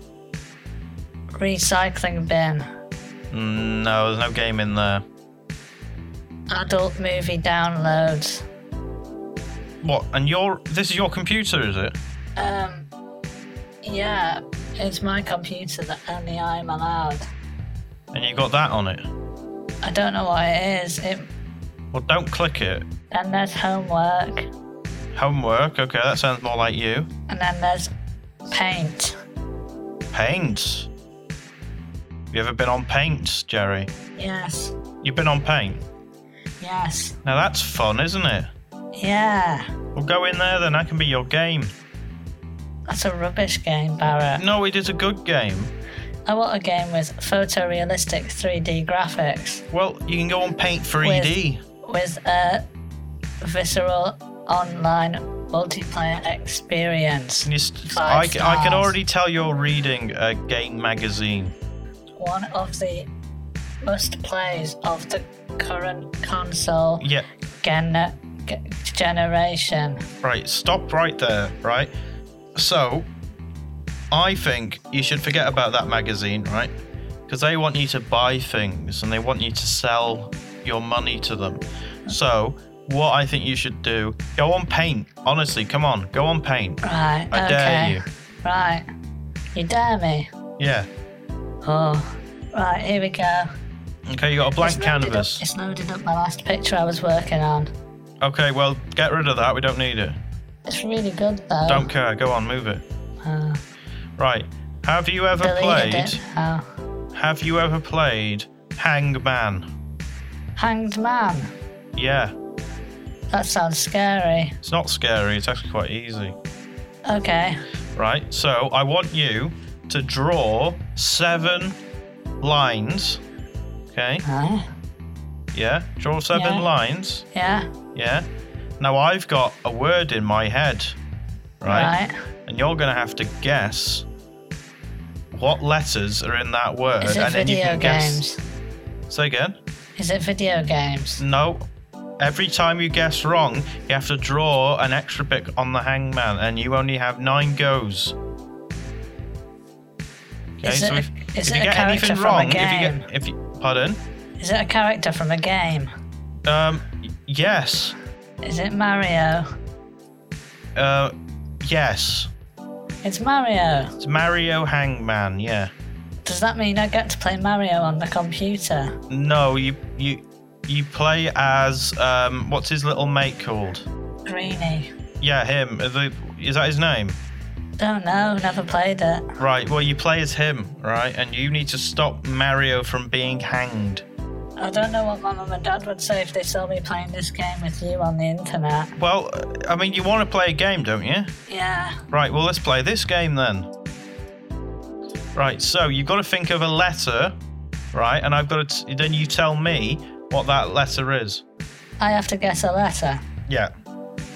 [SPEAKER 12] Recycling bin.
[SPEAKER 1] Mm, No, there's no game in there.
[SPEAKER 12] adult movie downloads.
[SPEAKER 1] What? And your this is your computer, is it?
[SPEAKER 12] Um, yeah, it's my computer that only I'm allowed.
[SPEAKER 1] And you got that on it?
[SPEAKER 12] I don't know what it is. It
[SPEAKER 1] Well, don't click it.
[SPEAKER 12] and there's homework,
[SPEAKER 1] Homework. Okay, that sounds more like you.
[SPEAKER 12] and then there's paint.
[SPEAKER 1] Paint. You ever been on paint, Jerry?
[SPEAKER 12] Yes,
[SPEAKER 1] You've been on paint.
[SPEAKER 12] yes,
[SPEAKER 1] Now that's fun, isn't it?
[SPEAKER 12] yeah.
[SPEAKER 1] Well, go in there then. I can be your game.
[SPEAKER 12] That's a rubbish game, Barrett.
[SPEAKER 1] No, it is a good game.
[SPEAKER 12] I want a game with photorealistic 3D graphics.
[SPEAKER 1] Well, you can go on Paint 3D.
[SPEAKER 12] with a visceral online multiplayer experience.
[SPEAKER 1] Can you st-
[SPEAKER 12] Five
[SPEAKER 1] I, c- I can
[SPEAKER 12] stars.
[SPEAKER 1] already tell you're reading a game magazine.
[SPEAKER 12] One of the must plays of the current console
[SPEAKER 1] Yeah,
[SPEAKER 12] gen- g- generation.
[SPEAKER 1] right. Stop right there, right? So, I think you should forget about that magazine, right? Because they want you to buy things and they want you to sell your money to them. So, what I think you should do, go on Paint. Honestly, come on, go on Paint.
[SPEAKER 12] Right,
[SPEAKER 1] I
[SPEAKER 12] okay.
[SPEAKER 1] dare you.
[SPEAKER 12] Right. You dare me?
[SPEAKER 1] Yeah.
[SPEAKER 12] Oh. Right, here we go.
[SPEAKER 1] Okay, you got a blank canvas.
[SPEAKER 12] It's loaded up my last picture I was working on.
[SPEAKER 1] Okay, well, get rid of that. We don't need it.
[SPEAKER 12] It's really good though.
[SPEAKER 1] Don't care. Go on, move it.
[SPEAKER 12] Uh,
[SPEAKER 1] Right. Have you ever
[SPEAKER 12] deleted
[SPEAKER 1] played?
[SPEAKER 12] it. Oh.
[SPEAKER 1] Have you ever played Hangman?
[SPEAKER 12] Hanged man.
[SPEAKER 1] Yeah.
[SPEAKER 12] That sounds scary.
[SPEAKER 1] It's not scary. It's actually quite easy.
[SPEAKER 12] Okay.
[SPEAKER 1] Right. So I want you to draw seven lines. Okay.
[SPEAKER 12] Huh?
[SPEAKER 1] Yeah. Draw seven
[SPEAKER 12] Yeah.
[SPEAKER 1] lines.
[SPEAKER 12] Yeah.
[SPEAKER 1] Yeah. Now I've got a word in my head. Right.
[SPEAKER 12] Right.
[SPEAKER 1] And you're gonna have to guess what letters are in that word,
[SPEAKER 12] Is it
[SPEAKER 1] and then you
[SPEAKER 12] video
[SPEAKER 1] can
[SPEAKER 12] games?
[SPEAKER 1] guess. Say again.
[SPEAKER 12] Is it video games?
[SPEAKER 1] No. Every time you guess wrong, you have to draw an extra bit on the hangman, and you only have nine goes. Okay,
[SPEAKER 12] Is
[SPEAKER 1] so
[SPEAKER 12] it-
[SPEAKER 1] if,
[SPEAKER 12] is
[SPEAKER 1] if
[SPEAKER 12] it
[SPEAKER 1] you
[SPEAKER 12] a
[SPEAKER 1] get
[SPEAKER 12] character
[SPEAKER 1] anything
[SPEAKER 12] from a
[SPEAKER 1] wrong, if you
[SPEAKER 12] game?
[SPEAKER 1] get, if you, pardon,
[SPEAKER 12] Is it a character from a game?
[SPEAKER 1] um, y- yes,
[SPEAKER 12] Is it Mario?
[SPEAKER 1] uh, yes,
[SPEAKER 12] It's Mario.
[SPEAKER 1] it's Mario Hangman, yeah.
[SPEAKER 12] Does that mean I get to play Mario on the computer?
[SPEAKER 1] No, you you you play as um, what's his little mate called?
[SPEAKER 12] Greenie.
[SPEAKER 1] Yeah, him. Uh, The, is that his name?
[SPEAKER 12] Don't know. Never played it.
[SPEAKER 1] Right. Well, you play as him, right? And you need to stop Mario from being hanged.
[SPEAKER 12] I don't know what my mum and dad would say if they saw me playing this game with you on the internet.
[SPEAKER 1] Well, uh, I mean, you want to play a game, don't you?
[SPEAKER 12] Yeah.
[SPEAKER 1] Right, well, let's play this game then. Right, so you've got to think of a letter, right? And I've got to. T- then you tell me what that letter is.
[SPEAKER 12] I have to guess a letter.
[SPEAKER 1] Yeah,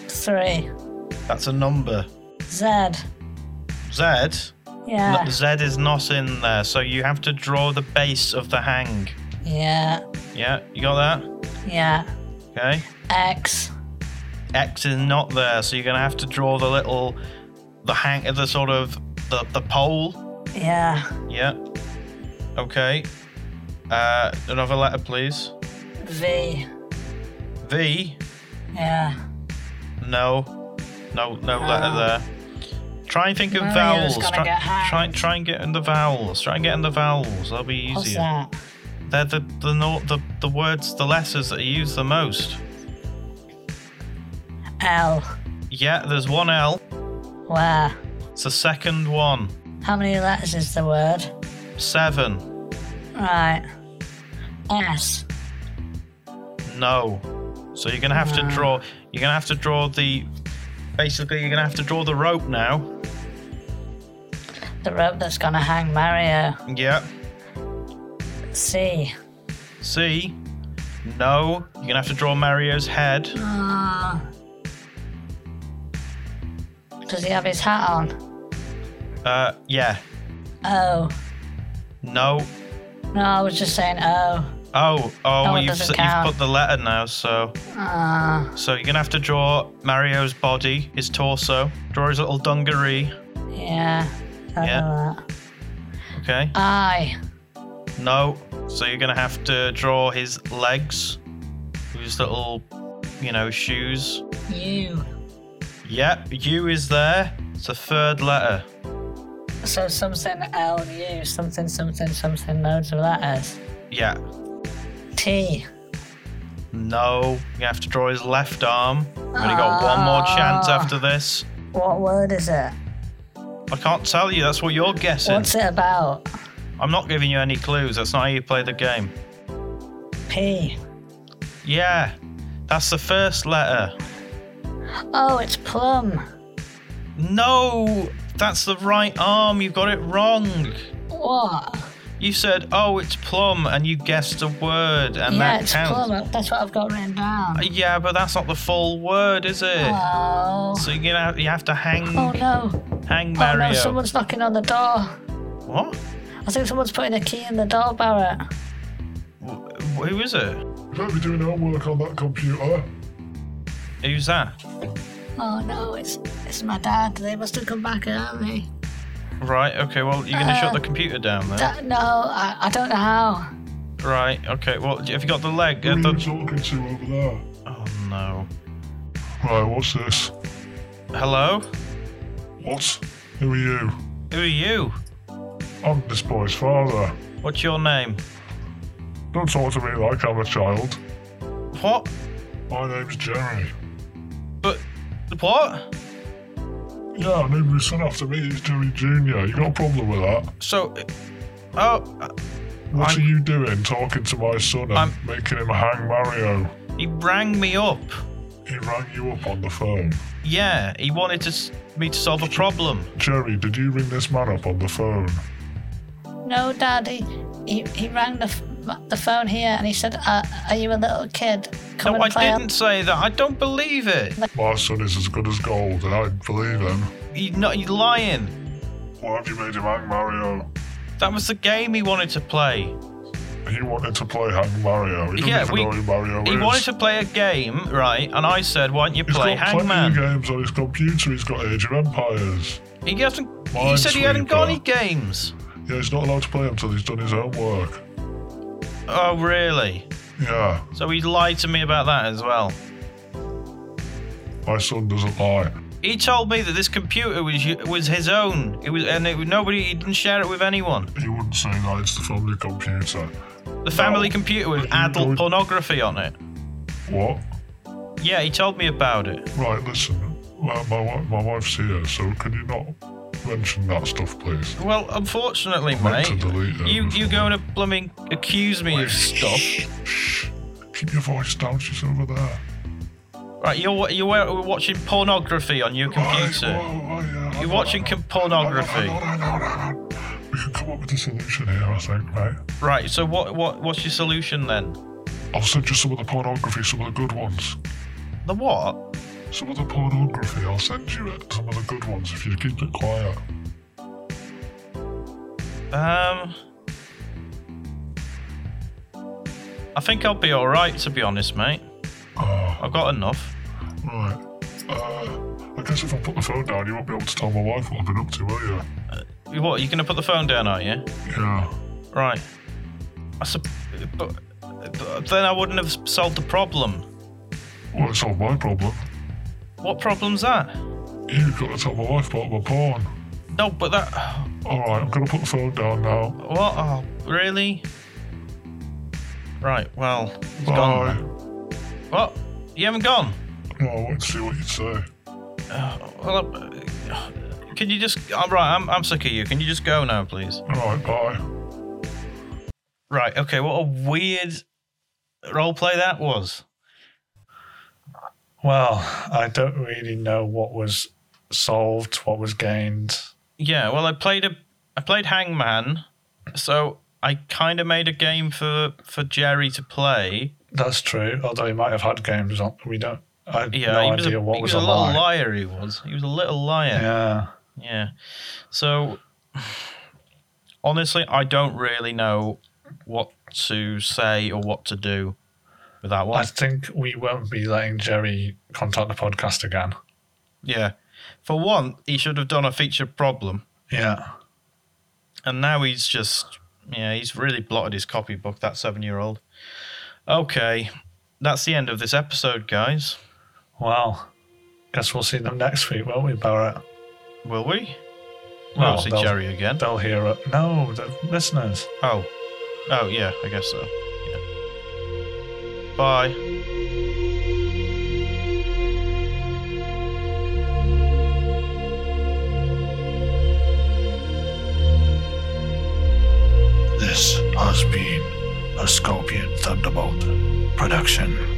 [SPEAKER 12] Three.
[SPEAKER 1] that's a number.
[SPEAKER 12] Z.
[SPEAKER 1] Z.
[SPEAKER 12] Yeah.
[SPEAKER 1] N- Z is not in there, so you have to draw the base of the hang.
[SPEAKER 12] Yeah.
[SPEAKER 1] Yeah, you got that?
[SPEAKER 12] Yeah.
[SPEAKER 1] Okay.
[SPEAKER 12] X.
[SPEAKER 1] X is not there, so you're gonna have to draw the little, the hang, uh, the sort of the the pole
[SPEAKER 12] Yeah.
[SPEAKER 1] Yeah. Okay. Uh, another letter, please.
[SPEAKER 12] V.
[SPEAKER 1] V.
[SPEAKER 12] Yeah.
[SPEAKER 1] No. No. No letter there. Try and think of
[SPEAKER 12] Mario's
[SPEAKER 1] vowels.
[SPEAKER 12] gonna
[SPEAKER 1] Try,
[SPEAKER 12] get hanged.
[SPEAKER 1] try, try and get in the vowels. Try and get in the vowels. That'll be
[SPEAKER 12] What's
[SPEAKER 1] easier.
[SPEAKER 12] that?
[SPEAKER 1] They're the the, no, the the words, the letters that are used the most.
[SPEAKER 12] L.
[SPEAKER 1] Yeah, there's one L.
[SPEAKER 12] Where?
[SPEAKER 1] It's the second one.
[SPEAKER 12] How many letters is the word?
[SPEAKER 1] Seven.
[SPEAKER 12] Right. S.
[SPEAKER 1] No. So you're gonna have to draw. You're gonna have to draw the. Basically, you're gonna have to draw the rope now.
[SPEAKER 12] The rope that's gonna hang Mario.
[SPEAKER 1] Yeah.
[SPEAKER 12] C.
[SPEAKER 1] C. No. You're gonna have to draw Mario's head.
[SPEAKER 12] Ah. Does he have his hat on?
[SPEAKER 1] Uh, yeah.
[SPEAKER 12] Oh.
[SPEAKER 1] No.
[SPEAKER 12] No, I was just saying oh.
[SPEAKER 1] Oh, oh,
[SPEAKER 12] That one
[SPEAKER 1] you've,
[SPEAKER 12] doesn't
[SPEAKER 1] s- you've
[SPEAKER 12] count.
[SPEAKER 1] put the letter now, so
[SPEAKER 12] Ah.
[SPEAKER 1] so you're gonna have to draw Mario's body, his torso, draw his little dungaree.
[SPEAKER 12] Yeah. I
[SPEAKER 1] Yeah.
[SPEAKER 12] know that.
[SPEAKER 1] Okay.
[SPEAKER 12] I.
[SPEAKER 1] No. So you're gonna have to draw his legs. his little, you know, shoes.
[SPEAKER 10] You.
[SPEAKER 1] Yep, U is there. It's the third letter.
[SPEAKER 10] So something L U something something something loads of letters.
[SPEAKER 1] Yeah.
[SPEAKER 10] T.
[SPEAKER 1] No, you have to draw his left arm. We've only got one more chance after this.
[SPEAKER 10] What word is it?
[SPEAKER 1] I can't tell you. That's what you're guessing.
[SPEAKER 10] What's it about?
[SPEAKER 1] I'm not giving you any clues. That's not how you play the game.
[SPEAKER 10] P.
[SPEAKER 1] Yeah, that's the first letter.
[SPEAKER 10] Oh, it's plum.
[SPEAKER 1] No, that's the right arm. You got it wrong.
[SPEAKER 10] What?
[SPEAKER 1] You said, "Oh, it's plum," and you guessed a word, and
[SPEAKER 10] yeah,
[SPEAKER 1] that
[SPEAKER 10] it's
[SPEAKER 1] counts.
[SPEAKER 10] plum. That's what I've got written down.
[SPEAKER 1] Uh, Yeah, but that's not the full word, is it?
[SPEAKER 10] Oh.
[SPEAKER 1] So you're gonna have, you have to hang
[SPEAKER 10] Oh no.
[SPEAKER 1] hang
[SPEAKER 10] Oh
[SPEAKER 1] Mario.
[SPEAKER 10] no, someone's knocking on the door.
[SPEAKER 1] What?
[SPEAKER 10] I think someone's putting a key in the door, Barrett.
[SPEAKER 1] Wh- Who is it?
[SPEAKER 13] Don't be doing homework on that computer.
[SPEAKER 1] Who's that?
[SPEAKER 10] Oh no, it's it's my dad. They must have come back early.
[SPEAKER 1] Right. Okay. Well, you're gonna shut
[SPEAKER 10] Uh,
[SPEAKER 1] the computer down then.
[SPEAKER 10] Da- no, I, I don't know how.
[SPEAKER 1] Right. Okay. Well, have you got the leg?
[SPEAKER 13] Who
[SPEAKER 1] Uh,
[SPEAKER 13] are you
[SPEAKER 1] the-
[SPEAKER 13] talking to over there?
[SPEAKER 1] Oh no.
[SPEAKER 13] Right, what's this?
[SPEAKER 1] Hello.
[SPEAKER 13] What? Who are you?
[SPEAKER 1] Who are you?
[SPEAKER 13] I'm this boy's father.
[SPEAKER 1] What's your name?
[SPEAKER 13] Don't talk to me like I'm a child.
[SPEAKER 1] What?
[SPEAKER 13] My name's Jerry.
[SPEAKER 1] But what?
[SPEAKER 13] Yeah, I named my son after me. He's Jerry Jr. You got a problem with that?
[SPEAKER 1] So, oh,
[SPEAKER 13] What are you doing talking to my son and making him hang Mario?
[SPEAKER 1] He rang me up.
[SPEAKER 13] He rang you up on the phone.
[SPEAKER 1] Yeah. He wanted to s- me to solve a problem.
[SPEAKER 13] Jerry, did you ring this man up on the phone?
[SPEAKER 10] No, Daddy. He, he rang the, f- the phone here and he said, uh, "Are you a little kid? Come
[SPEAKER 1] no,
[SPEAKER 10] and
[SPEAKER 1] I
[SPEAKER 10] play."
[SPEAKER 1] didn't say that. I don't believe it.
[SPEAKER 13] My son is as good as gold, and I believe him.
[SPEAKER 1] You not you lying.
[SPEAKER 13] Why have you made him hang Mario?
[SPEAKER 1] That was the game he wanted to play.
[SPEAKER 13] He wanted to play hang Mario. He doesn't
[SPEAKER 1] Yeah,
[SPEAKER 13] even
[SPEAKER 1] we-
[SPEAKER 13] know who Mario
[SPEAKER 1] He
[SPEAKER 13] is.
[SPEAKER 1] wanted to play a game, right? And I said, "Why don't you
[SPEAKER 13] He's
[SPEAKER 1] play
[SPEAKER 13] got
[SPEAKER 1] Hangman?"
[SPEAKER 13] plenty of games on his computer. He's got Age of Empires.
[SPEAKER 1] He hasn't. He said he hadn't got any games.
[SPEAKER 13] Yeah, he's not allowed to play until he's done his homework.
[SPEAKER 1] Oh, really?
[SPEAKER 13] Yeah,
[SPEAKER 1] So he lied to me about that as well.
[SPEAKER 13] my son doesn't lie.
[SPEAKER 1] He told me that this computer was y- was his own. It was, and it, was- nobody. He didn't share it with anyone.
[SPEAKER 13] He wouldn't say that. It's the family computer.
[SPEAKER 1] The family computer with adult pornography on it.
[SPEAKER 13] What?
[SPEAKER 1] Yeah, he told me about it.
[SPEAKER 13] Right, listen. My, my, wi- my wife's here, so can you not mention that stuff, please?
[SPEAKER 1] Well, unfortunately,
[SPEAKER 13] I meant to
[SPEAKER 1] mate,
[SPEAKER 13] delete it.
[SPEAKER 1] you you going to blooming accuse me of stuff?
[SPEAKER 13] Keep your voice down. She's over there.
[SPEAKER 1] Right, you're you're wa- watching pornography on your computer.
[SPEAKER 13] Oh,
[SPEAKER 1] You're watching com- pornography.
[SPEAKER 13] We can come up with a solution here, I think, right?
[SPEAKER 1] Right. So what what what's your solution then?
[SPEAKER 13] I'll send you some of the pornography, some of the good ones.
[SPEAKER 1] The what?
[SPEAKER 13] Some of the pornography, I'll send you it. Some of the good ones if you keep it quiet.
[SPEAKER 1] Um. I think I'll be all right, to be honest, mate. I've got enough.
[SPEAKER 13] Uh, Right. Uh, I guess if I put the phone down, you won't be able to tell my wife what I've been up to, will you?
[SPEAKER 1] You What? You're gonna put the phone down, are you?
[SPEAKER 13] Yeah.
[SPEAKER 1] Right. I sup- but, but then I wouldn't have solved the problem.
[SPEAKER 13] Well, it's not my problem.
[SPEAKER 1] What problem's that?
[SPEAKER 13] You've got to tell my wife about my porn.
[SPEAKER 1] No, but that.
[SPEAKER 13] Alright, I'm gonna put the phone down now.
[SPEAKER 1] What? Oh, really? Right. Well, he's
[SPEAKER 13] Bye.
[SPEAKER 1] gone. then. What? You haven't gone?
[SPEAKER 13] No, I want to see what you'd say.
[SPEAKER 1] Well, uh, can you just? I'm right. I'm, I'm sick of you. Can you just go now, please?
[SPEAKER 13] Alright, bye.
[SPEAKER 1] Right. Okay. What a weird role play that was.
[SPEAKER 2] Well, I don't really know what was solved, what was gained.
[SPEAKER 1] Yeah. Well, I played a. I played Hangman, so I kind of made a game for for Jerry to play.
[SPEAKER 2] That's true. Although he might have had games on, we don't. I have
[SPEAKER 1] Yeah.
[SPEAKER 2] no
[SPEAKER 1] he was
[SPEAKER 2] idea
[SPEAKER 1] a,
[SPEAKER 2] what
[SPEAKER 1] he
[SPEAKER 2] was,
[SPEAKER 1] was a
[SPEAKER 2] a
[SPEAKER 1] little
[SPEAKER 2] lie.
[SPEAKER 1] liar. He was. He was a little liar.
[SPEAKER 2] Yeah.
[SPEAKER 1] Yeah. So honestly, I don't really know what to say or what to do with that one.
[SPEAKER 2] I think we won't be letting Jerry contact the podcast again.
[SPEAKER 1] yeah. For one, he should have done a feature problem.
[SPEAKER 2] Yeah.
[SPEAKER 1] And now he's just yeah, he's really blotted his copybook, that seven year old. Okay. that's the end of this episode, guys.
[SPEAKER 2] Well, guess we'll see them next week, won't we, Barrett?
[SPEAKER 1] Will we? Well, Oh, we'll see
[SPEAKER 2] they'll-
[SPEAKER 1] Jerry again.
[SPEAKER 2] They'll hear it. No, the listeners.
[SPEAKER 1] Oh. Oh, yeah, I guess so. Yeah. Bye.
[SPEAKER 14] This has been a Scorpion Thunderbolt production.